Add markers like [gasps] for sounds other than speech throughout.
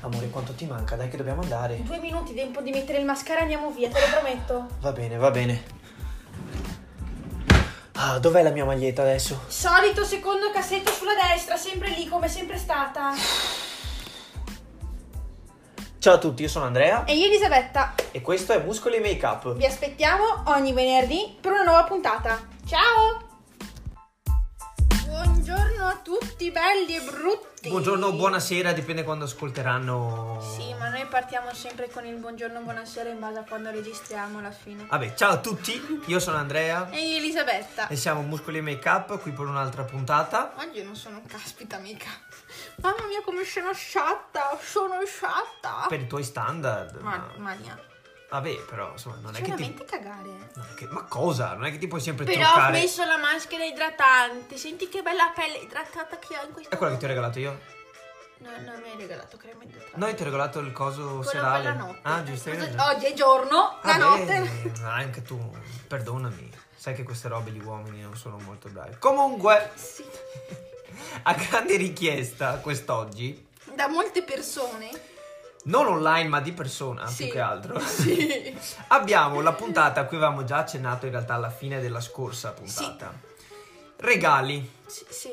Amore, quanto ti manca? Dai che dobbiamo andare. Due minuti, tempo di mettere il mascara, andiamo via, te lo prometto. Va bene, va bene. Ah, dov'è la mia maglietta adesso? Solito secondo cassetto sulla destra, sempre lì come sempre stata. Ciao a tutti, io sono Andrea E io Elisabetta, e questo è Muscoli Make Up. vi aspettiamo ogni venerdì per una nuova puntata. Ciao! Buongiorno a tutti, belli e brutti. Buongiorno, buonasera, dipende quando ascolteranno. Sì, ma noi partiamo sempre con il buongiorno, buonasera in base a quando registriamo alla fine. Vabbè, ciao a tutti, io sono Andrea E io Elisabetta. e siamo Muscoli Make Up qui per un'altra puntata. Oggi non sono caspita mica. Mamma mia come sono sciatta, sono sciatta. Per i tuoi standard. Ma, mania, Vabbè, però, insomma, non è che ti... veramente cagare. eh. non è che- Ma cosa? Non è che ti puoi sempre Però ho truccare. messo la maschera idratante. Senti che bella pelle idratata che ho in questa. È quello che ti ho regalato io? No, non mi hai regalato crema idratante. No, io ti ho regalato il coso Quello serale. per la notte. Ah, giusto. Ah, hai Cosa- Oh, ragione. Oggi è giorno, la Vabbè, notte. ma Ah, anche tu, perdonami. Sai che queste robe gli uomini non sono molto bravi. Comunque, Sì. a grande richiesta quest'oggi, Da [laughs] molte persone. non online ma di persona Sì. più che altro, [laughs] Sì. abbiamo la puntata a cui avevamo già accennato in realtà alla fine della scorsa puntata. Regali. Sì, sì.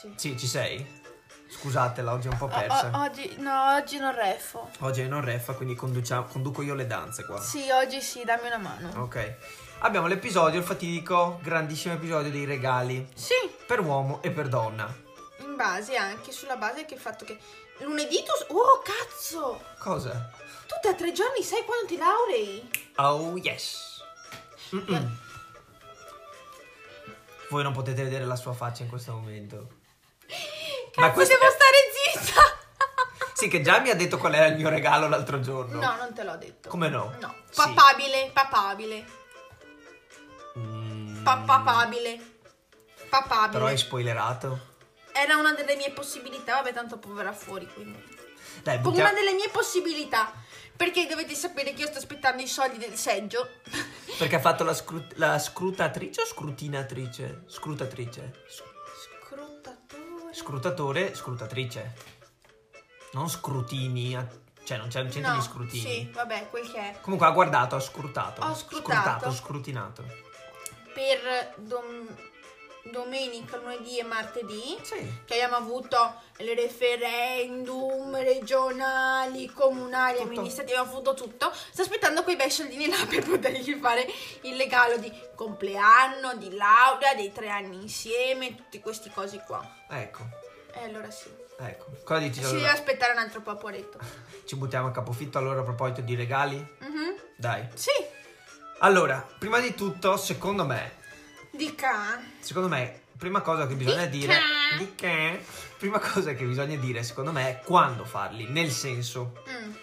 sì. Sì, ci sei? Scusatela, oggi è un po' O- persa. o- oggi no, oggi non refo. Oggi è non reffa, quindi conducia- conduco io le danze qua. Sì, oggi sì, dammi una mano. Ok. Abbiamo l'episodio, il fatidico, grandissimo episodio dei regali. Sì, Per uomo e per donna. in base anche sulla base che il fatto che lunedì tu Oh, cazzo! Cosa? Tu da tre giorni sai quando ti laurei? Oh yes. Mm-mm. Voi non potete vedere la sua faccia in questo momento. Cazzo, Ma questo- devo stare zitta! Sì, che già mi ha detto qual era il mio regalo l'altro giorno. No, non te l'ho detto. Come no? No. Sì. Papabile, papabile, Mm. pa- papabile, papabile. Però hai spoilerato. Era una delle mie possibilità, vabbè tanto poi verrà fuori, quindi. Dai, Con buttiamo. una delle mie possibilità, perché dovete sapere che io sto aspettando i soldi del seggio. Perché ha fatto la, scrut- la scrutatrice o scrutinatrice? Scrutatrice. Scrutatore. Scrutatore, scrutatrice. Non scrutini, a- cioè non c'è un centro no, di scrutini. Sì, vabbè, quel che è. Comunque ha guardato, ha scrutato. Ho scrutato. Scrutato, scrutinato. Per dom- domenica, lunedì e martedì. Sì. che abbiamo avuto il referendum regionali, comunali, Tutto. amministrativi, abbiamo avuto tutto. Sto aspettando quei bei soldini là [laughs] per potergli fare il regalo di compleanno, di laurea, dei tre anni insieme, tutte queste cose qua. Ecco, E allora sì. ecco. Cosa dici? Si deve allora? aspettare un altro paporetto. Ci buttiamo a capofitto allora a proposito di regali? Mhm. Dai. Sì, Allora, prima di tutto, secondo me, dica. secondo me, prima cosa che bisogna Di dire... che? Di che? Prima cosa che bisogna dire, secondo me, è quando farli. Nel senso, Mm.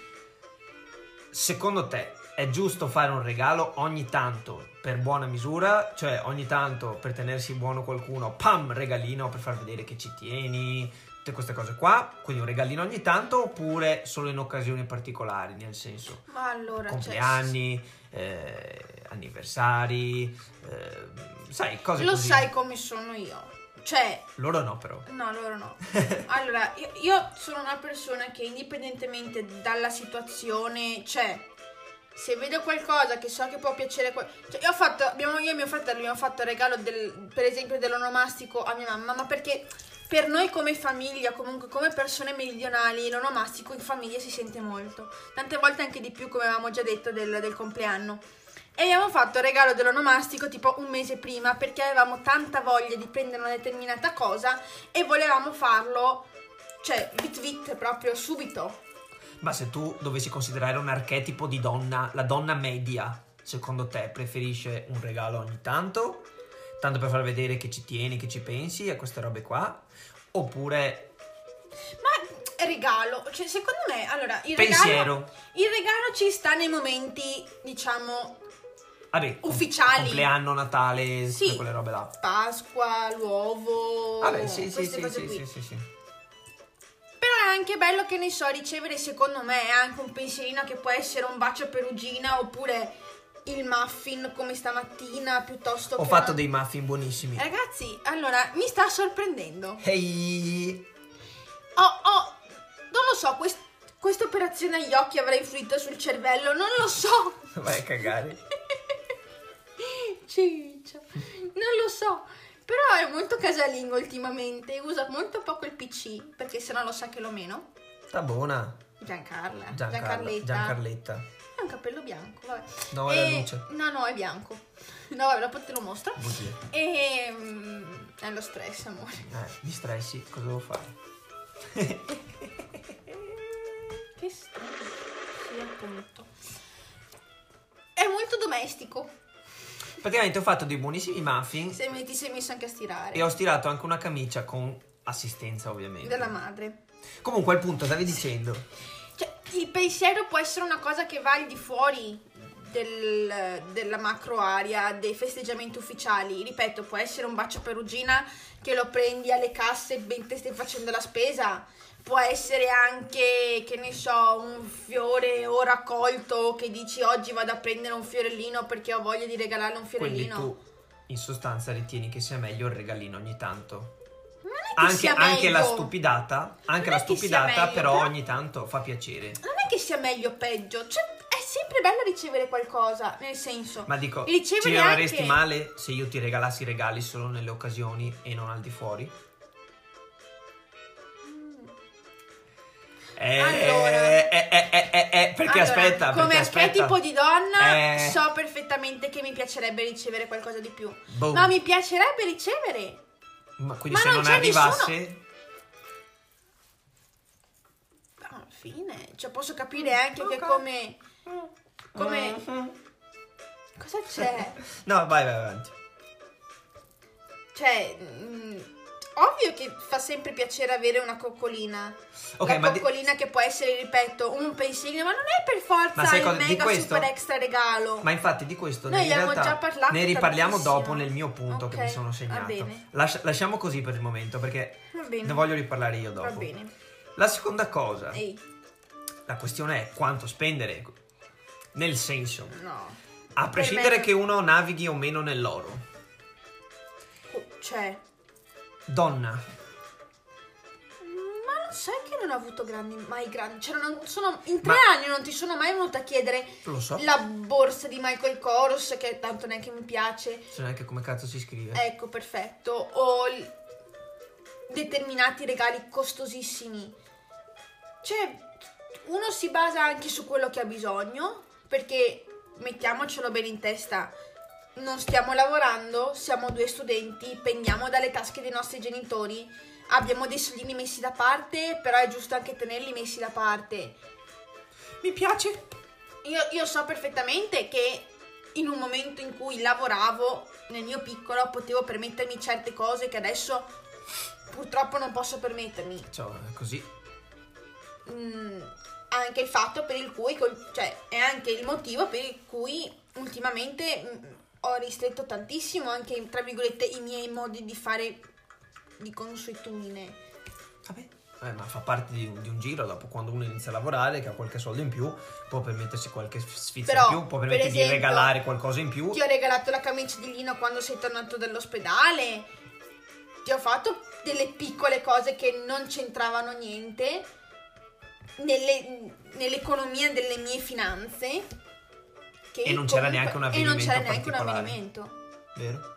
secondo te è giusto fare un regalo ogni tanto per buona misura? Cioè ogni tanto per tenersi buono qualcuno, pam, regalino per far vedere che ci tieni, tutte queste cose qua. Quindi un regalino ogni tanto oppure solo in occasioni particolari, nel senso... Ma allora... cioè, compleanni, eh, anniversari, eh, sai, cose lo così. sai come sono io. Cioè, Loro no, però. No, loro no. Allora, io, io sono una persona che indipendentemente dalla situazione, cioè, se vedo qualcosa che so che può piacere... a qual- Cioè, io ho fatto, abbiamo, io e mio fratello abbiamo fatto il regalo, del, per esempio, dell'onomastico a mia mamma, ma perché per noi come famiglia, comunque come persone meridionali, l'onomastico in famiglia si sente molto. Tante volte anche di più, come avevamo già detto, del, del compleanno. E abbiamo fatto il regalo dell'onomastico tipo un mese prima perché avevamo tanta voglia di prendere una determinata cosa e volevamo farlo, cioè, bit bit proprio subito. Ma se tu dovessi considerare un archetipo di donna, la donna media, secondo te preferisce un regalo ogni tanto? Tanto per far vedere che ci tieni, che ci pensi a queste robe qua? Oppure Ma regalo, cioè, secondo me, allora, il regalo, pensiero? il regalo ci sta nei momenti, diciamo, Vabbè, com- Ufficiali. Compleanno, Natale, tutte Sì. quelle robe là. Pasqua, l'uovo, Vabbè, Ah sì, sì, queste sì, cose sì, qui. sì, sì, sì. Però è anche bello che ne so ricevere, secondo me, anche un pensierino che può essere un bacio a perugina oppure il muffin come stamattina piuttosto Ho che fatto una- dei muffin buonissimi. Eh. Ragazzi, allora, mi sta sorprendendo. Ehi! Oh, oh, non lo so, quest- questa operazione agli occhi avrà influito sul cervello, non lo so. [laughs] Vai a cagare. Ciccia, non lo so. Però è molto casalingo ultimamente, usa molto poco il PC, perché sennò lo sa che lo meno. Sta buona. Giancarla, Giancarla, Giancarletta. Giancarletta. Ha un capello bianco, vabbè. No, è E- la luce. No, no, è bianco. No, vabbè, dopo te lo mostro. Bugia. E... mm, è lo stress, amore. Eh, mi stressi, cosa devo fare? [laughs] Che stress. Sì, appunto. È molto domestico. Praticamente ho fatto dei buonissimi muffin Se mi, ti sei messo anche a stirare. e ho stirato anche una camicia con assistenza, ovviamente. Della madre. Comunque, al punto, stavi dicendo. Cioè, il pensiero può essere una cosa che va al di fuori del- della macro area dei festeggiamenti ufficiali. Ripeto, può essere un bacio perugina che lo prendi alle casse mentre stai facendo la spesa. Può essere anche, che ne so, un fiore o raccolto che dici oggi vado a prendere un fiorellino perché ho voglia di regalarle un Quindi fiorellino. tu, in sostanza, ritieni che sia meglio il regalino ogni tanto. Ma non è che Anche, sia anche la meglio. stupidata, anche Non la è che sia stupidata, meglio, però però- ogni tanto fa piacere. Non è che sia meglio o peggio, cioè è sempre bello ricevere qualcosa, nel senso. Ma dico, E ci ricevere rimarresti anche- male se io ti regalassi i regali solo nelle occasioni e non al di fuori? Eh, Mm. Allora. eh, eh, eh, eh, eh, perché Allora, aspetta, come perché aspe- aspetta. tipo di donna, Eh. Oh. so perfettamente che mi piacerebbe ricevere qualcosa di più. Boom. Ma mi piacerebbe ricevere. boh, Ma quindi se ma non non, c'è arrivasse... Ma Alla fine, cioè posso capire Mm, anche che come Mm. come Cioè. cosa c'è? [laughs] No, vai, vai avanti. Cioè, mm, ovvio che fa sempre piacere avere una coccolina. Ok, la ma di- coccolina che può essere, ripeto, un pensiglio, ma non è per forza Ma sai il cosa- di mega questo- super extra regalo. Ma infatti di questo Noi in abbiamo realtà già parlato ne riparliamo tantissimo. dopo nel mio punto Ok, che mi sono va segnato. bene. Lascia- lasciamo così per il momento perché Va bene. ne voglio riparlare io dopo. Eh. Va bene. La seconda cosa, Ehi, la questione è quanto spendere. Nel senso, no. a me- prescindere che uno navighi o meno nell'oro, Oh, Cioè, donna, ma non sai che non ho avuto grandi, mai grandi. Cioè, non sono, in tre Ma- anni non ti sono mai venuta a chiedere lo so, la borsa di Michael Koros, che tanto neanche mi piace. non so neanche come cazzo si scrive. Ecco, perfetto. O il- determinati regali costosissimi. Cioè, uno si basa anche su quello che ha bisogno, perché mettiamocelo bene in testa. Non stiamo lavorando, siamo due studenti, pendiamo dalle tasche dei nostri genitori, abbiamo dei soldini messi da parte, però è giusto anche tenerli messi da parte. Mi piace. Io, io so perfettamente che in un momento in cui lavoravo nel mio piccolo potevo permettermi certe cose che adesso purtroppo non posso permettermi. Cioè, così. Mm, anche il fatto per il cui, col- cioè è anche il motivo per il cui ultimamente mm, ho ristretto tantissimo anche tra virgolette i miei modi di fare di consuetudine. Vabbè. Eh, ma fa parte di un, di un giro, dopo quando uno inizia a lavorare, che ha qualche soldo in più, può permettersi qualche sfizio Però, in più, può per permettersi di esempio, regalare qualcosa in più. Ti ho regalato la camicia di lino quando sei tornato dall'ospedale. Ti ho fatto delle piccole cose che non c'entravano niente nelle- nell'economia delle mie finanze. che E non c'era comunque- neanche un E non avvenimento c'era neanche un particolare. avvenimento. Vero?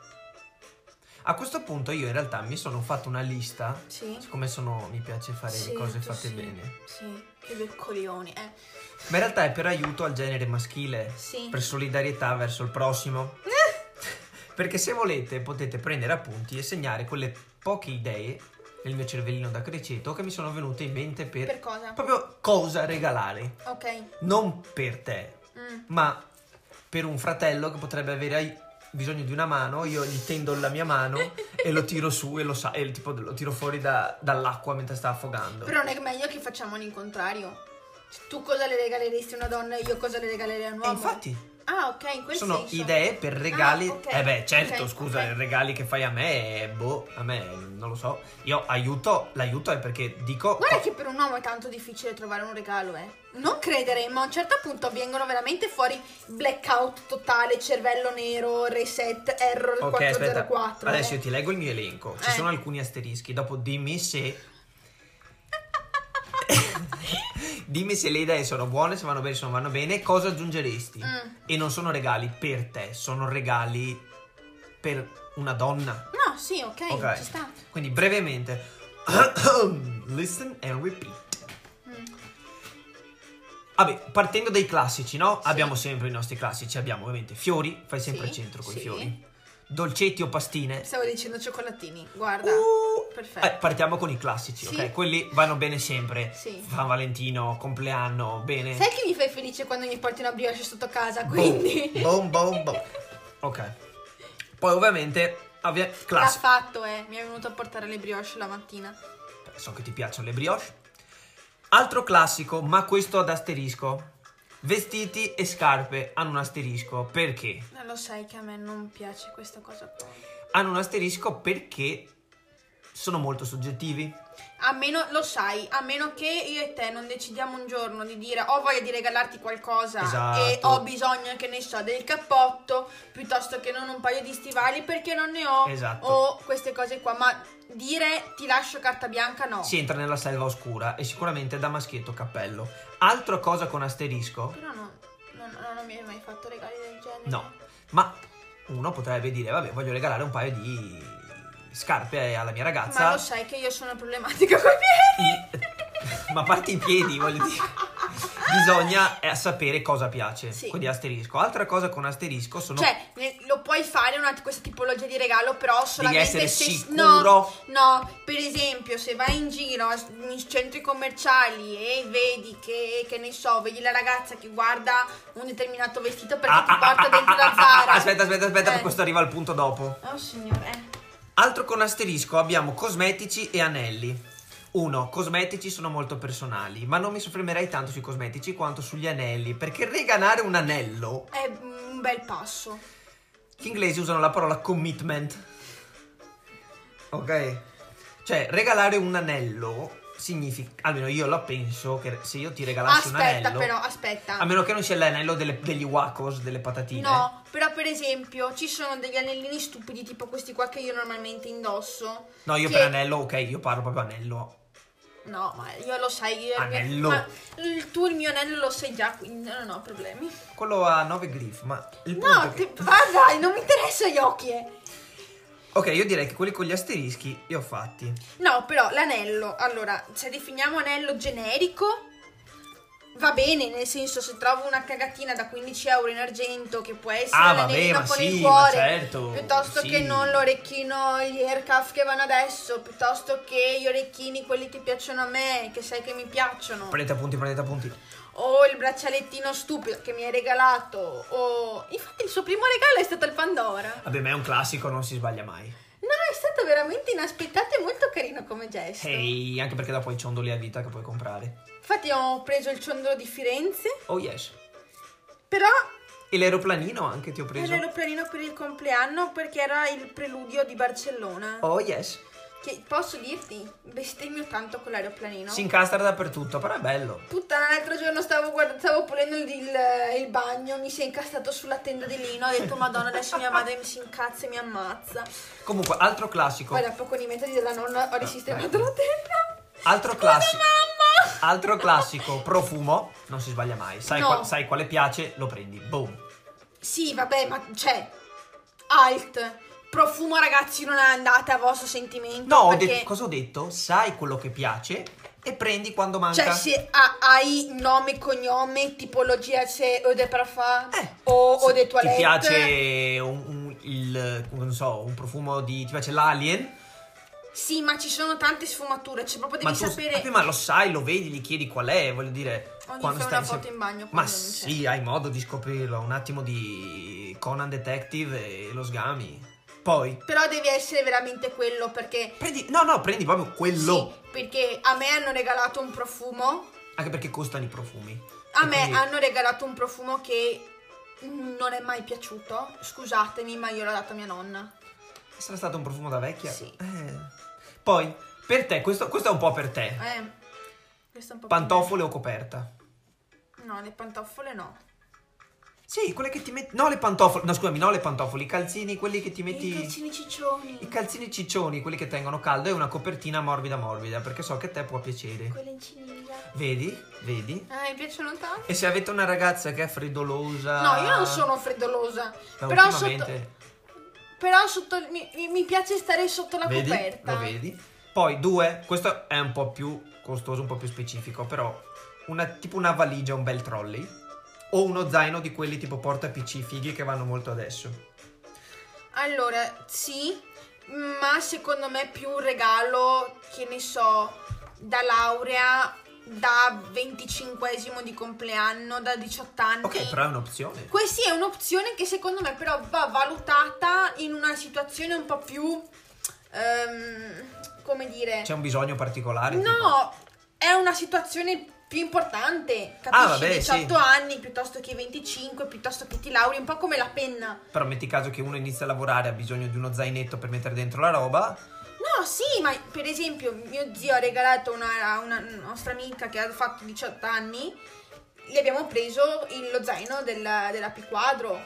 A questo punto io in realtà mi sono fatto una lista, Sì. siccome sono, mi piace fare Sì, le cose tu fatte sì. bene, Sì, che bel coglione. Eh. ma in realtà è per aiuto al genere maschile, Sì. per solidarietà verso il prossimo. Perché se volete potete prendere appunti e segnare quelle poche idee nel mio cervellino da criceto che mi sono venute in mente per, Per cosa? proprio cosa regalare. Ok. Non per te, Mm. ma per un fratello che potrebbe avere ai- bisogno di una mano, io gli tendo la mia [laughs] mano e lo tiro su e lo, sa- e tipo lo tiro fuori da- dall'acqua mentre sta affogando. Però non è meglio che facciamo l'incontrario. Cioè, Tu cosa le regaleresti a una donna e io cosa le regalerei a un e uomo? infatti Ah, ok, in quel sono senso. idee per regali. Ah, ok. Eh beh, certo, Ok, scusa, ok. i regali che fai a me, eh, boh, a me non lo so. Io aiuto, l'aiuto è perché dico... Guarda che per un uomo è tanto difficile trovare un regalo, eh. Non credere, ma a un certo punto vengono veramente fuori blackout totale, cervello nero, reset, error Ok, aspetta, 404. adesso eh. io ti leggo il mio elenco. Ci Eh. sono alcuni asterischi, dopo dimmi se Dimmi se le idee sono buone, se vanno bene, se non vanno bene, cosa aggiungeresti? [laughs] Mm. E non sono regali per te, sono regali per una donna. No, sì, ok, Ok. ci sta. Quindi brevemente, [coughs] listen and repeat. Mm. Vabbè, partendo dai classici, no? Sì. Abbiamo sempre i nostri classici, abbiamo ovviamente fiori, fai sempre Sì, centro con i sì. fiori. Dolcetti o pastine? Stavo dicendo cioccolatini, guarda. Uh, Perfetto. eh, partiamo con i classici, Sì. ok? Quelli vanno bene sempre. Sì. San Valentino, compleanno, bene. Sai che mi fai felice quando mi porti una brioche sotto casa, Boh, quindi... Boom, boom, boom. ok. Poi ovviamente avvia- [laughs] L'ha classico. fatto, eh. Mi è venuto a portare le brioche la mattina. So che ti piacciono le brioche. Altro classico, ma questo ad asterisco. Vestiti e scarpe hanno un asterisco perché? Ma Eh, lo sai che a me non piace questa cosa qua. Hanno un asterisco perché sono molto soggettivi. A meno, lo sai, a meno che io e te non decidiamo un giorno di dire ho voglia di regalarti qualcosa e Esatto. ho bisogno, che ne so, del cappotto piuttosto che non un paio di stivali perché non ne ho Esatto. o queste cose qua, ma dire ti lascio carta bianca no. Si entra nella selva oscura e sicuramente da maschietto cappello. Altra cosa con asterisco? Però no, no, no, non mi hai mai fatto regali del genere. No, ma uno potrebbe dire, vabbè, voglio regalare un paio di scarpe alla mia ragazza. Ma lo sai che io sono [laughs] problematica con i piedi. I- [laughs] Ma a parte i piedi, voglio dire. Bisogna eh, sapere cosa piace. Sì. Quindi asterisco. Altra cosa con asterisco sono... Cioè, ne- lo puoi fare una, questa tipologia di regalo, però devi solamente essere se No, sicuro. no, per esempio, se vai in giro a- in centri commerciali e vedi che, che ne so, vedi la ragazza che guarda un determinato vestito perché Ah, ti ah, porta ah, dentro ah, la ah, ah, Zara. ah, Aspetta, aspetta, aspetta, Eh. questo arriva al punto dopo. Oh signore. Altro con asterisco abbiamo cosmetici e anelli. Uno, cosmetici sono molto personali, ma non mi soffermerei tanto sui cosmetici quanto sugli anelli, perché regalare un anello, È un bel passo. gli inglesi usano la parola commitment. Ok? Cioè, regalare un anello significa, almeno io la penso, che se io ti regalassi un Aspetta, anello... però, aspetta. A meno che non sia l'anello delle- degli wacos, delle patatine. No, però per esempio ci sono degli anellini stupidi tipo questi qua che io normalmente indosso. No, io che- per anello, ok, io parlo proprio anello. No, ma io lo sai, io Anello. ma il- tu il mio anello lo sai già, quindi non ho problemi. Quello a 9 griff, ma il punto No, è che- ti, va dai, non mi interessa gli occhi. eh. Ok, io direi che quelli con gli asterischi li ho fatti. No, però l'anello, allora, se definiamo anello generico, va bene, nel senso se trovo una cagatina da 15 euro in argento che può essere Ah, vabbè, l'anellino ma con il sì, ma cuore, certo. piuttosto sì. che non l'orecchino, gli aircuff che vanno adesso, piuttosto che gli orecchini, quelli che piacciono a me, che sai che mi piacciono. Prendete appunti, prendete appunti. o il braccialettino stupido che mi hai regalato, o... Infatti il suo primo regalo è stato il Pandora. Vabbè, ma è un classico, non si sbaglia mai. No, è stato veramente inaspettato e molto carino come gesto. Ehi, anche perché dopo hai ciondoli a vita che puoi comprare. Infatti ho preso il ciondolo di Firenze, Oh yes. però E l'aeroplanino anche ti ho preso. era l'aeroplanino per il compleanno perché era il preludio di Barcellona. Oh yes. Che posso dirti, bestemmio tanto con l'aeroplanino. Si incastra dappertutto, però è bello. Puttana, l'altro giorno stavo, guarda- stavo pulendo il, il- il bagno, mi si è incastrato sulla tenda di lino, ho detto madonna adesso mia madre mi si incazza e mi ammazza. Comunque, altro classico. Poi da poco nei metodi della nonna ho risistemato la tenda. Altro Scusa, classico. mamma! Altro classico, profumo, non si sbaglia mai. Sai, No. qua- sai quale piace, lo prendi. Boom. Sì, vabbè, ma c'è. Alt. Profumo, ragazzi, non andate a vostro sentimento. No, ho perché- detto- cosa ho detto? Sai quello che piace e prendi quando manca. Cioè, se ha- hai nome, cognome, tipologia, se o de parfum Eh, o, o Se de toilette. Ti piace un, un- il, non so, un profumo di... Ti piace l'alien? Sì, ma ci sono tante sfumature. Cioè, proprio devi tu- sapere. eh, ma lo sai, lo vedi, gli chiedi qual è, voglio dire... Ogni quando fai stai una foto in bagno. Ma quando non c'è. sì, hai modo di scoprirlo. Un attimo di Conan Detective e lo sgami. Poi... Però devi essere veramente quello perché. Prendi... No, no, prendi proprio quello. Sì, perché a me hanno regalato un profumo. Anche perché costano i profumi. A E me quindi- hanno regalato un profumo che non è mai piaciuto. Scusatemi, ma io l'ho dato a mia nonna. Sarà stato un profumo da vecchia? Sì. Eh. Poi, per te, questo, questo è un po' per te. Eh. Questo è un po' più- Pantofole o coperta? No, le pantofole no. Sì, quelle che ti metti. No, le pantofole. No, scusami, no, le pantofole. I calzini, quelli che ti metti. I calzini ciccioni. I calzini ciccioni, quelli che tengono caldo e una copertina morbida morbida, perché so che a te può piacere. Quelle in ciniglia. Vedi? Vedi? Ah, mi piacciono tanto. E se avete una ragazza che è freddolosa... No, io non sono freddolosa. Beh, però Ah. Eh, ultimamente- sotto, però sotto- mi, mi- mi piace stare sotto la vedi? coperta. Lo vedi? Poi due, questo è un po' più costoso, un po' più specifico, però una, tipo una valigia, un bel trolley o uno zaino di quelli tipo porta PC fighi che vanno molto adesso. Allora, sì, ma secondo me è più un regalo, che ne so, da laurea, da 25 di compleanno, da 18 anni. Ok, però è un'opzione. Questa è un'opzione che secondo me però va valutata in una situazione un po' più... ehm, come dire... C'è un bisogno particolare? tipo? No, è una situazione più importante, capisci? Ah, vabbè, 18 sì. anni piuttosto che 25, piuttosto che ti lauri, un po' come la penna. Però metti caso che uno inizia a lavorare, ha bisogno di uno zainetto per mettere dentro la roba. No, sì, ma per esempio mio zio ha regalato una- a una nostra amica che ha fatto 18 anni, gli abbiamo preso il- lo zaino della, della P quadro.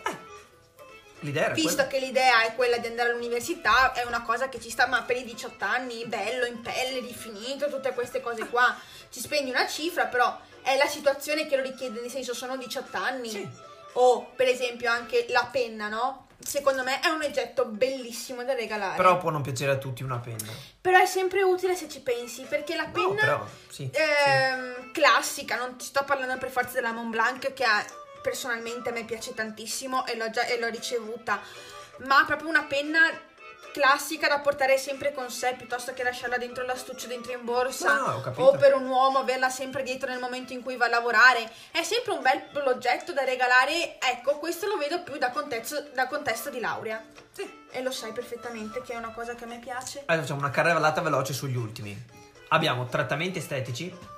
L'idea era Visto Ah, quella. che l'idea è quella di andare all'università, è una cosa che ci sta, ma per i 18 anni, bello, in pelle, rifinito, tutte queste cose qua. Ci spendi una cifra, però è la situazione che lo richiede, nel senso sono 18 anni. Sì. O per esempio anche la penna, no? Secondo me è un oggetto bellissimo da regalare. Però può non piacere a tutti una penna. Però è sempre utile se ci pensi, perché la No, penna però sì. sì. ehm, classica, non ti sto parlando per forza della Montblanc che ha- personalmente a me piace tantissimo e l'ho già e l'ho ricevuta, ma proprio una penna classica da portare sempre con sé piuttosto che lasciarla dentro l'astuccio dentro in borsa No, no, Ah, ho capito. o per un uomo averla sempre dietro nel momento in cui va a lavorare è sempre un bel oggetto da regalare ecco questo lo vedo più da contesto, da contesto di laurea e lo sai perfettamente che è una cosa che a me piace Adesso facciamo una carrellata veloce sugli ultimi. Abbiamo trattamenti estetici,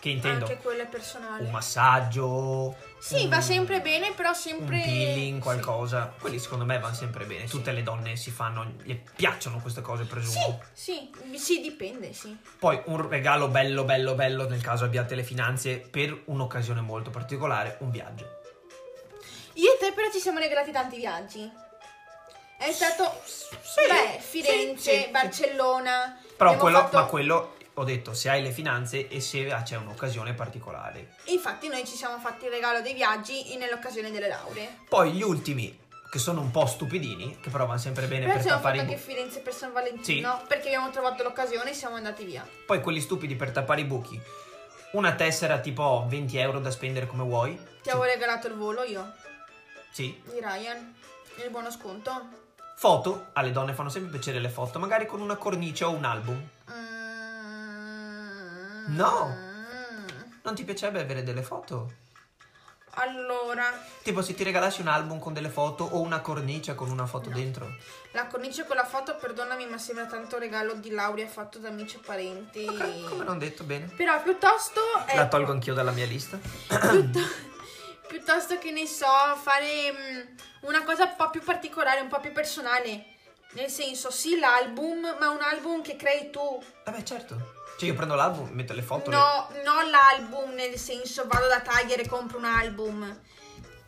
che intendo anche quello è personale un massaggio, Sì, un- va sempre bene, però un sempre. peeling, qualcosa. Quelli secondo me vanno sempre bene. Tutte le donne si fanno, le piacciono queste cose, Sì, presumo. sì, sì, sì, dipende, sì. Poi un regalo bello, bello, bello, nel caso abbiate le finanze, per un'occasione molto particolare, un viaggio. Io e te, però, ci siamo regalati tanti viaggi. È stato. beh, Firenze, sì, sì. Barcellona. Però abbiamo quello, fatto- ma quello, ho detto, se hai le finanze e se c'è un'occasione particolare. Infatti, noi ci siamo fatti il regalo dei viaggi in- nell'occasione delle lauree. Poi gli ultimi, che sono un po' stupidini, che però vanno sempre bene Però per ci siamo tappare fatti i anche buchi. Firenze per San Valentino. Perché abbiamo trovato l'occasione e siamo andati via. Poi quelli stupidi per tappare i buchi. Una tessera tipo 20 euro da spendere come vuoi. Ti avevo regalato il volo io, Sì. di Ryan. Il buono sconto. Foto. Alle donne fanno sempre piacere le foto, magari con una cornice o un album. Mm. No. Non ti piacerebbe avere delle foto? Allora, Tipo se ti regalassi un album con delle foto o una cornice con una foto No. dentro. La cornice con la foto, perdonami, ma sembra tanto regalo di laurea fatto da amici e parenti. Ok, come non detto bene. Però piuttosto, eh, La tolgo [coughs] anch'io dalla mia lista. piuttosto- piuttosto che ne so, fare mm, una cosa un po' più particolare, un po' più personale. Nel senso, sì, l'album, ma un album che crei tu. Vabbè, certo. Cioè io prendo l'album, metto le foto. le- No, non l'album, nel senso, vado da tagliere e compro un album.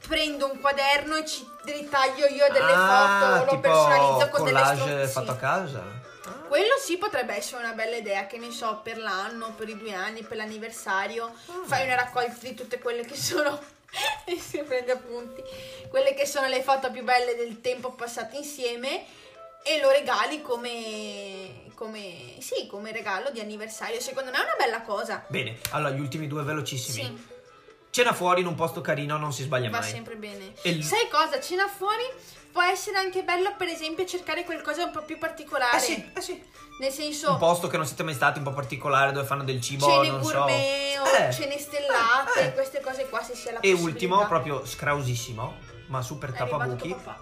Prendo un quaderno e ci ritaglio io delle Ah, foto, lo tipo personalizzo con delle collage stronzine. fatto a casa. Ah. Quello sì potrebbe essere una bella idea, che ne so, per l'anno, per i due anni, per l'anniversario, Ah. fai una raccolta di tutte quelle che sono. [laughs] e si prende appunti. Quelle che sono le foto più belle del tempo passato insieme e lo regali come. come. sì, come regalo di anniversario. Secondo me è una bella cosa. Bene, allora gli ultimi due velocissimi. Sì. Cena fuori in un posto carino non si sbaglia Va mai. sempre bene. E l- Sai cosa? Cena fuori può essere anche bello, per esempio, cercare qualcosa un po' più particolare. Eh sì, eh sì. Nel senso. Un posto che non siete mai stati, un po' particolare, dove fanno del cibo, cene non gourmet so. o Eh. cene stellate, Eh, eh. queste cose qua se sia la E possibilità. ultimo, proprio scrausissimo, ma super È arrivato tappabuchi. tuo papà.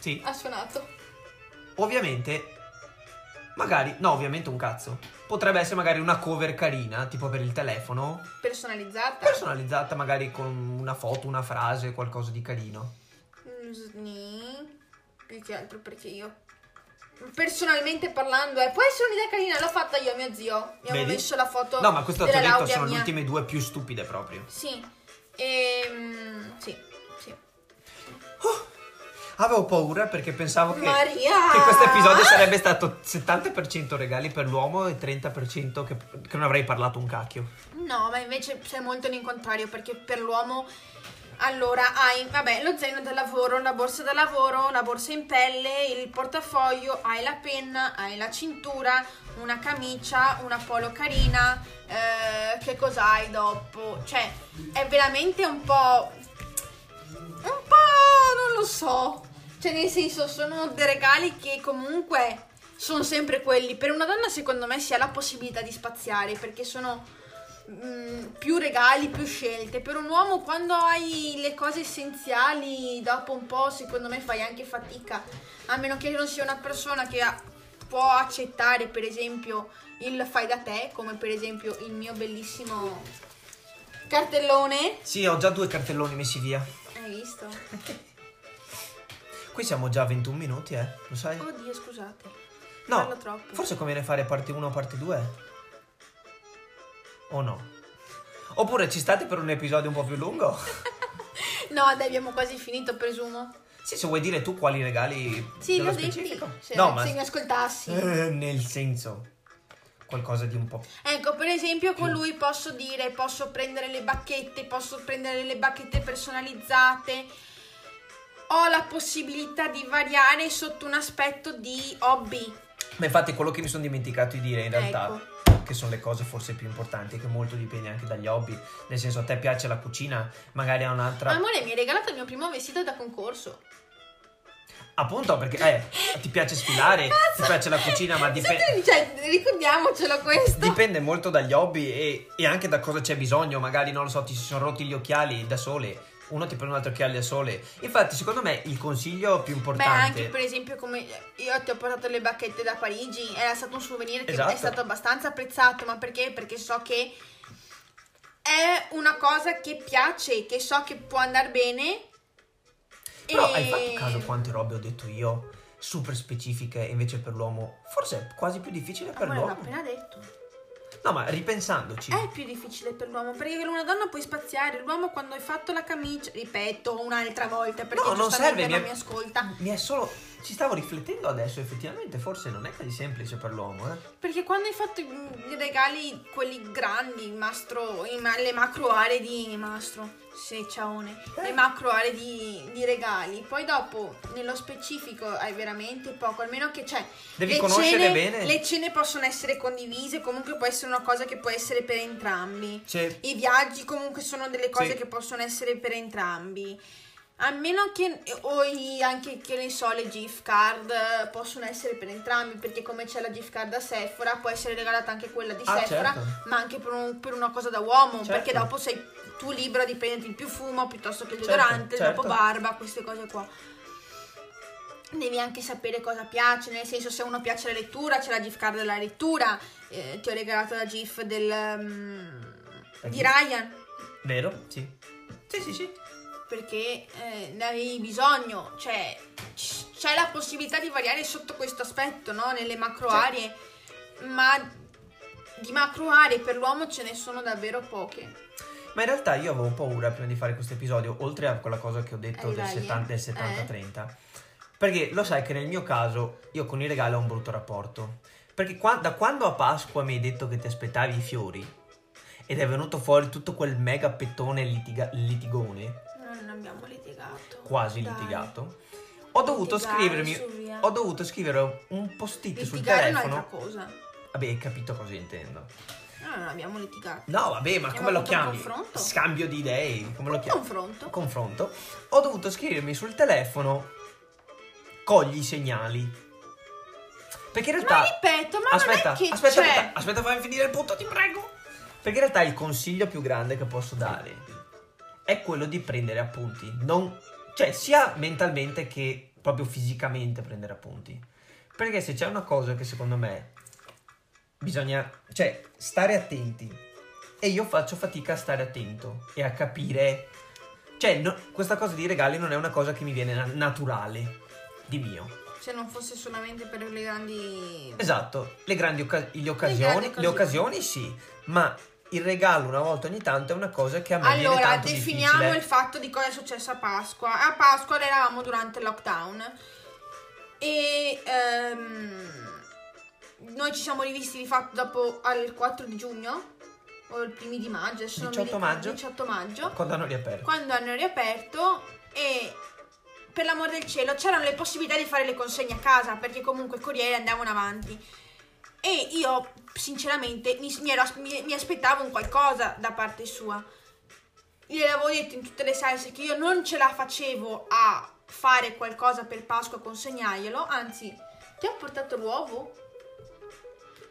Sì. Ha suonato. Ovviamente, magari, no, ovviamente un cazzo. Potrebbe essere magari una cover carina, tipo per il telefono, Personalizzata. personalizzata magari con una foto, una frase, qualcosa di carino. Mm, sni. Più che altro perché io personalmente parlando, eh, può essere un'idea carina, l'ho fatta io a mio zio. Mi avevo Vedi? messo la foto No, ma questo ti ho della detto, laurea sono mia. le ultime due più stupide proprio. Sì. Ehm, sì, sì. Oh, Avevo paura perché pensavo che, Maria! che questo episodio sarebbe stato 70% regali per l'uomo e 30% che, che non avrei parlato un cacchio. Mm, No, ma invece sei molto all'incontrario perché per l'uomo allora hai vabbè, lo zaino da lavoro, la borsa da lavoro, la borsa in pelle, il portafoglio, hai la penna, hai la cintura, una camicia, una polo carina, eh, che cos'hai dopo? Cioè, è veramente un po'... un po'... non lo so. Cioè, nel senso, sono dei regali che comunque sono sempre quelli. Per una donna, secondo me, si ha la possibilità di spaziare perché sono mm, più regali, più scelte. Per un uomo, quando hai le cose essenziali, dopo un po', secondo me, fai anche fatica. A meno che non sia una persona che ha- può accettare, per esempio, il fai da te, come per esempio il mio bellissimo cartellone. Sì, ho già due cartelloni messi via. Hai visto? Qui siamo già a 21 minuti, eh, lo sai? Oddio, scusate. No, Oh, parlo troppo. forse conviene fare parte 1 o parte 2? O no? Oppure ci state per un episodio un po' più lungo? No, dai, abbiamo quasi finito, presumo. sì, se vuoi dire tu quali regali... Sì, nello l'ho detto. specifico. Se, no, ma... se mi ascoltassi. Eh, nel senso... Qualcosa di un po'... Ecco, per esempio, con lui posso dire, posso prendere le bacchette, posso prendere le bacchette personalizzate. Ho la possibilità di variare sotto un aspetto di hobby. Ma infatti quello che mi sono dimenticato di dire in realtà... Ecco. Che sono le cose forse più importanti, che molto dipende anche dagli hobby. Nel senso, a te piace la cucina, magari a un'altra. Amore, mi hai regalato il mio primo vestito da concorso. Appunto, perché eh, ti piace [laughs] sfilare, ti Cazzo! piace la cucina, ma dipende. Sì, Cioè, ricordiamocelo questo. Dipende molto dagli hobby e, e anche da cosa c'è bisogno. Magari, non lo so, ti si sono rotti gli occhiali da sole. Uno ti prende un altro occhiale da sole. Infatti, secondo me il consiglio più Beh, importante. anche per esempio come io ti ho portato le bacchette da Parigi, era stato un souvenir che Esatto. è stato abbastanza apprezzato, ma perché? Perché so che è una cosa che piace, che so che può andare bene. Però E- hai fatto caso quante robe ho detto io? Super specifiche, invece per l'uomo. Forse è quasi più difficile per Amore, l'ho l'uomo. appena Eh, detto. No, ma ripensandoci. È più difficile per l'uomo, perché una donna puoi spaziare, l'uomo quando hai fatto la camicia, ripeto un'altra volta perché No, non giustamente serve, mi non è- mi ascolta, Mi è solo. Ci stavo riflettendo adesso, effettivamente, forse non è così semplice per l'uomo, eh. perché quando hai fatto i i regali quelli grandi, il mastro, i ma- le macro aree di mastro, se ciaone, Eh. le macro aree di, di regali, poi dopo nello specifico hai veramente poco, almeno che c'è Devi conoscere cene, bene. le cene possono essere condivise, comunque può essere una cosa che può essere per entrambi. Cioè, I viaggi comunque sono delle cose Sì. che possono essere per entrambi. A meno che o i- anche che ne so, le gift card eh, possono essere per entrambi, perché come c'è la gift card da Sephora, può essere regalata anche quella di Ah, Sephora, certo. ma anche per, un- per una cosa da uomo, Certo. perché dopo sei tu libero di prenderti il profumo piuttosto che il Certo, deodorante, certo. dopo barba, queste cose qua. Devi anche sapere cosa piace, nel senso se a uno piace la lettura, c'è la gift card della lettura, eh, ti ho regalato la gif del, mm, La di gif? Ryan vero? Sì. Sì, sì, sì. perché eh, ne avevi bisogno, cioè c- c'è la possibilità di variare sotto questo aspetto, no? Nelle macro Sì. aree, ma di macro aree per l'uomo ce ne sono davvero poche. Ma in realtà io avevo paura prima di fare questo episodio, oltre a quella cosa che ho detto Eh, del dai, 70 del eh. 70-30. Perché lo sai che nel mio caso io con i regali ho un brutto rapporto. Perché qua- da quando a Pasqua mi hai detto che ti aspettavi i fiori ed è venuto fuori tutto quel mega pettone litiga- litigone, Non abbiamo litigato. quasi Dai. litigato, ho dovuto Litigare scrivermi. su via. Ho dovuto scrivere un post-it sul Litigare è un'altra telefono. cosa. Vabbè, hai capito cosa intendo. No, non abbiamo litigato. No, vabbè, ma Abbiamo come lo avuto Eh, un chiami? confronto? Scambio di idee, come lo chiami? Confronto. confronto, ho dovuto scrivermi sul telefono cogli i segnali. Perché in realtà. Ma ripeto, ma aspetta, non è che aspetta, c'è- aspetta, aspetta, fammi finire il punto, ti prego. Perché in realtà il consiglio più grande che posso dare è quello di prendere appunti, non, cioè sia mentalmente che proprio fisicamente prendere appunti. Perché se c'è una cosa che secondo me bisogna, cioè, stare attenti. E io faccio fatica a stare attento e a capire. Cioè, no- questa cosa di regali non è una cosa che mi viene na- naturale di mio. Se non fosse solamente per le grandi... Esatto, le grandi occa- gli occasioni, grandi le occasioni. occasioni sì, ma il regalo una volta ogni tanto è una cosa che a me viene Allora, tanto definiamo difficile. il fatto di cosa è successo a Pasqua. A Pasqua eravamo durante il lockdown e ehm, noi ci siamo rivisti di fatto dopo al 4 di giugno o i primi di maggio, adesso non mi 18 ricordo, maggio? 18 maggio, Quando hanno riaperto? quando hanno riaperto e per l'amor del cielo c'erano le possibilità di fare le consegne a casa perché comunque i corriere andavano avanti. E io sinceramente mi, mi ero as- mi- mi aspettavo un qualcosa da parte sua. Gliel'avevo detto in tutte le salse che io non ce la facevo a fare qualcosa per Pasqua, consegnarglielo, anzi ti ho portato l'uovo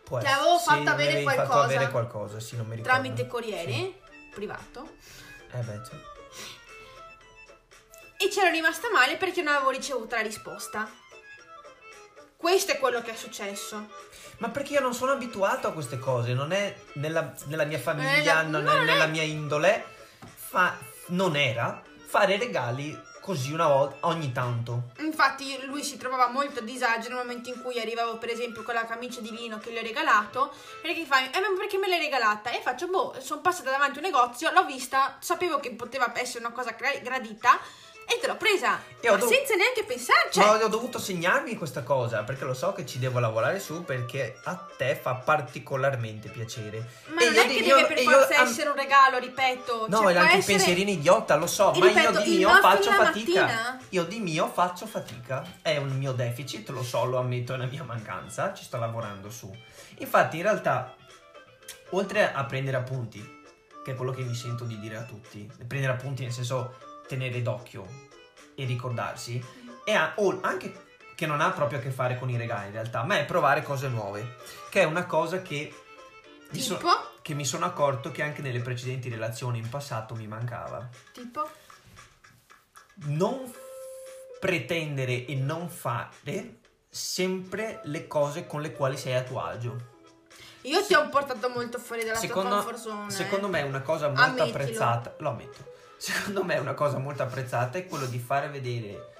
Può Ti essere. avevo Sì, fatto mi avere avevi fatto qualcosa. avere qualcosa, sì, non mi ricordo. tramite corriere Sì. privato. Eh beh, sì. E c'ero rimasta male perché non avevo ricevuto la risposta. Questo è quello che è successo. Ma perché io non sono abituato a queste cose, non è nella, nella mia famiglia, Eh, non no, è non è- nella mia indole, fa- non era fare regali così una volta, ogni tanto. Infatti lui si trovava molto a disagio nel momento in cui arrivavo per esempio con la camicia di lino che gli ho regalato perché fa, eh ma perché me l'hai regalata? E faccio, boh, sono passata davanti a un negozio, l'ho vista, sapevo che poteva essere una cosa gra- gradita e te l'ho presa E ho Ma dov- senza neanche cioè, pensarci Ma ho dovuto segnarmi questa cosa perché lo so che ci devo lavorare su perché a te fa particolarmente piacere. Ma E non io è che di- deve io- per e io forza am- essere un regalo, ripeto No, cioè, era può anche un essere- pensierino idiota, lo so, E ma ripeto, io di il mio muffin faccio la fatica. mattina. Io di mio faccio fatica, è un mio deficit, lo so, lo ammetto, è una mia mancanza, ci sto lavorando su. Infatti, in realtà, oltre a prendere appunti, che è quello che mi sento di dire a tutti, prendere appunti nel senso tenere d'occhio e ricordarsi, e ha- o anche che non ha proprio a che fare con i regali in realtà, ma è provare cose nuove, che è una cosa che... mi so- Tipo? che mi sono accorto che anche nelle precedenti relazioni in passato mi mancava. Tipo? Non f- pretendere e non fare sempre le cose con le quali sei a tuo agio. Io ti ho portato molto fuori dalla tua Secondo, comfort zone. secondo me è una cosa molto Ammettilo. apprezzata, lo ammetto, secondo me è una cosa molto apprezzata è quello di fare vedere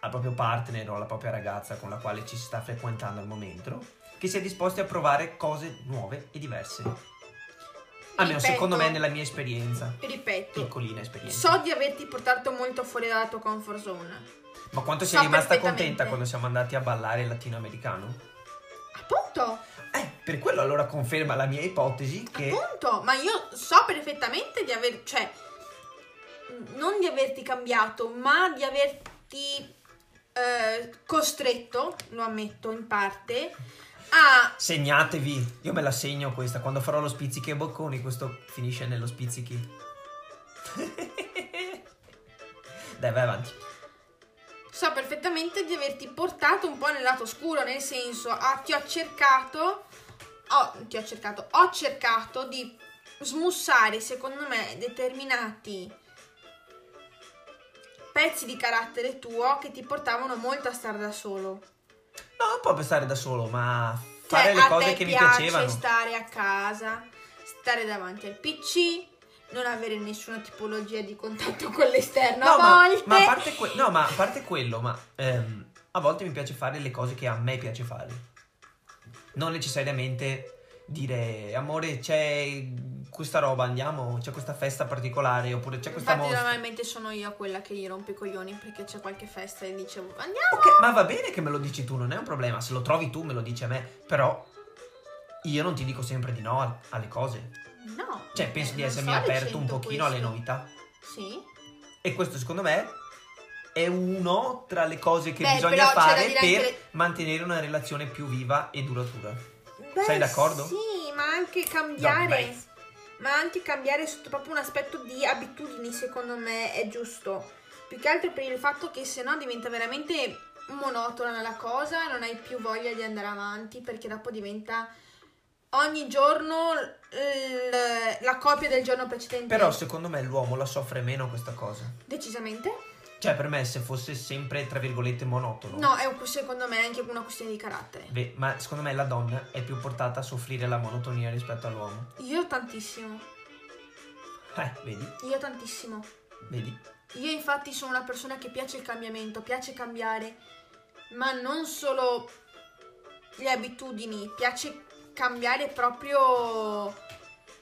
al proprio partner o alla propria ragazza con la quale ci si sta frequentando al momento che si è disposti a provare cose nuove e diverse. Almeno Ripeto. secondo me nella mia esperienza. eh. Ripeto, piccolina esperienza. so di averti portato molto fuori dalla tua comfort zone. Ma quanto sei so rimasta perfettamente. contenta quando siamo andati a ballare latinoamericano? Appunto, Eh, per quello allora conferma la mia ipotesi che appunto, ma io so perfettamente di aver, cioè, non di averti cambiato, ma di averti eh, costretto, lo ammetto in parte, a... segnatevi, io me la segno questa, quando farò lo spizzichi e bocconi questo finisce nello spizzichi. [laughs] Dai, vai avanti. So perfettamente di averti portato un po' nel lato oscuro, nel senso, a, ti ho cercato, ho, ti ho cercato, ho cercato di smussare, secondo me, determinati pezzi di carattere tuo che ti portavano molto a stare da solo. No, non può stare da solo, ma Cioè, fare le a cose te che mi piace piacevano. stare a casa, stare davanti al PC, non avere nessuna tipologia di contatto con l'esterno a ma, volte. ma a parte que- no, ma a parte quello, ma ehm, a volte mi piace fare le cose che a me piace fare. Non necessariamente dire amore, c'è questa roba, andiamo, c'è questa festa particolare, oppure c'è questa Infatti mostra. normalmente sono io quella che gli rompe i coglioni perché c'è qualche festa e dicevo andiamo. Ok, ma va bene che me lo dici tu, non è un problema. Se lo trovi tu, me lo dici a me, però io non ti dico sempre di no a- alle cose. No. Cioè, penso eh, di non essermi sto aperto un dicendo pochino alle questo. novità. Sì. E questo secondo me è uno tra le cose che Beh, bisogna però c'è da fare dire per anche Mhm. mantenere una relazione più viva e duratura. Beh, Sei d'accordo? Sì, ma anche Vabbè. cambiare. ma anche cambiare sotto proprio un aspetto di abitudini, secondo me, è giusto. Più che altro per il fatto che sennò diventa veramente monotona la cosa, non hai più voglia di andare avanti perché dopo diventa ogni giorno l- la copia del giorno precedente. Però secondo me l'uomo la soffre meno questa cosa. decisamente Cioè per me se fosse sempre tra virgolette monotono. No, è un- secondo me è anche una questione di carattere. Beh, ma secondo me la donna è più portata a soffrire la monotonia rispetto all'uomo. Io tantissimo, Eh, vedi, io tantissimo. vedi. Io infatti sono una persona che piace il cambiamento, piace cambiare, ma non solo le abitudini, piace cambiare proprio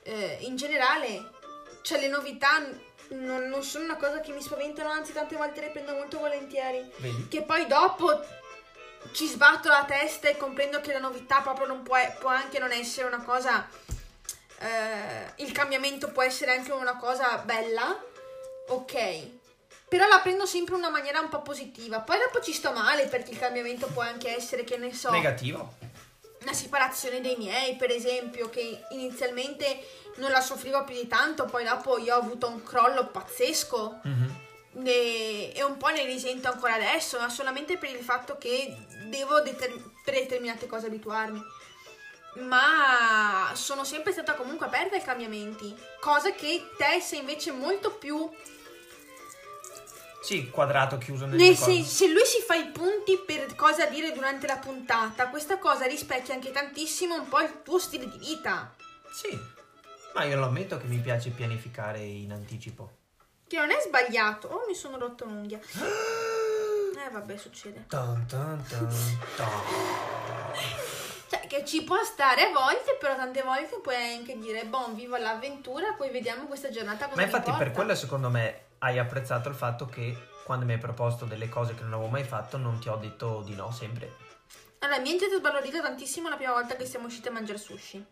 eh, in generale. Cioè le novità n- non, non sono una cosa che mi spaventano, anzi tante volte le prendo molto volentieri. Vedi? che poi dopo ci sbatto la testa e comprendo che la novità proprio non può, può anche non essere una cosa eh, il cambiamento può essere anche una cosa bella, ok. Però la prendo sempre in una maniera un po' positiva. Poi dopo ci sto male perché il cambiamento può anche essere, che ne so, Negativo. una separazione dei miei, per esempio, che inizialmente non la soffrivo più di tanto, poi dopo io ho avuto un crollo pazzesco Mhm. ne- e un po' ne risento ancora adesso, ma solamente per il fatto che devo deter- per determinate cose abituarmi. Ma sono sempre stata comunque aperta ai cambiamenti, cosa che te sei invece molto più. Sì, quadrato chiuso nel Nel quadro. senso, se lui si fa i punti per cosa dire durante la puntata, questa cosa rispecchia anche tantissimo un po' il tuo stile di vita. Sì. Ma io lo ammetto che mi piace pianificare in [gasps] anticipo. [gasps] Che non è sbagliato. Oh, mi sono rotto un'unghia. Eh, vabbè, succede. Tan, tan, tan, tan. Cioè, che ci può stare a volte, però tante volte puoi anche dire, boh, vivo l'avventura, poi vediamo questa giornata cosa Ma mi infatti porta. per quello secondo me hai apprezzato il fatto che quando mi hai proposto delle cose che non avevo mai fatto non ti ho detto di no sempre. Allora, mi è stato sbalordito tantissimo la prima volta che siamo uscite a mangiare sushi.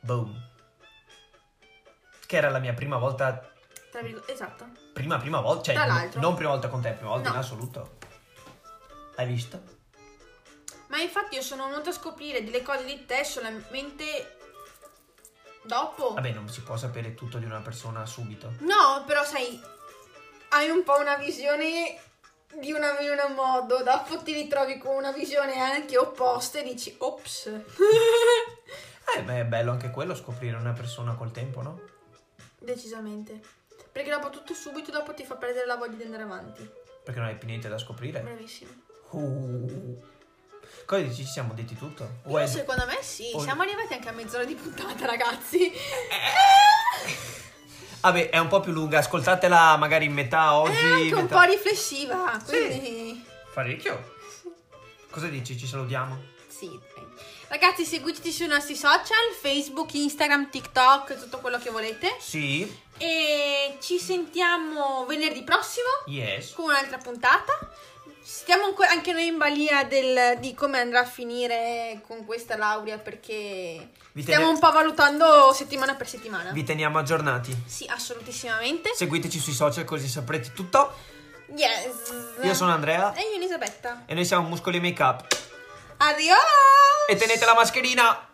Boom. Che era la mia prima volta, Tra virgolette, esatto. prima prima volta, Tra cioè n- l'altro. non prima volta con te, prima volta No. in assoluto. Hai visto? Ma infatti io sono venuta a scoprire delle cose di te solamente dopo. Vabbè, non si può sapere tutto di una persona subito. No, però sai, hai un po' una visione di una in un modo, dopo ti ritrovi con una visione anche opposta e dici, ops. [laughs] Eh, ma è bello anche quello scoprire una persona col tempo, no? Decisamente. Perché dopo tutto subito dopo ti fa perdere la voglia di andare avanti. Perché non hai più niente da scoprire. Bravissimo. Eh. Uh. Cosa dici? Ci siamo detti tutto? O Io è- secondo me sì, o- siamo arrivati anche a mezz'ora di puntata, ragazzi. Eh. Eh, Vabbè, è un po' più lunga, ascoltatela magari in metà oggi. È anche un metà- po' riflessiva, quindi Parecchio. Cosa dici? Ci salutiamo? sì. dai. Ragazzi, seguiteci sui nostri social, Facebook, Instagram, TikTok, tutto quello che volete. Sì. E ci sentiamo venerdì prossimo Yes. con un'altra puntata. Stiamo ancora anche noi in balia del- di come andrà a finire con questa laurea perché Vi, stiamo tene- un po' valutando settimana per settimana. vi teniamo aggiornati. Sì, assolutissimamente. Seguiteci sui social così saprete tutto. Yes. Io sono Andrea E io Elisabetta. e noi siamo Muscoli Makeup. Adios. E tenete la mascherina.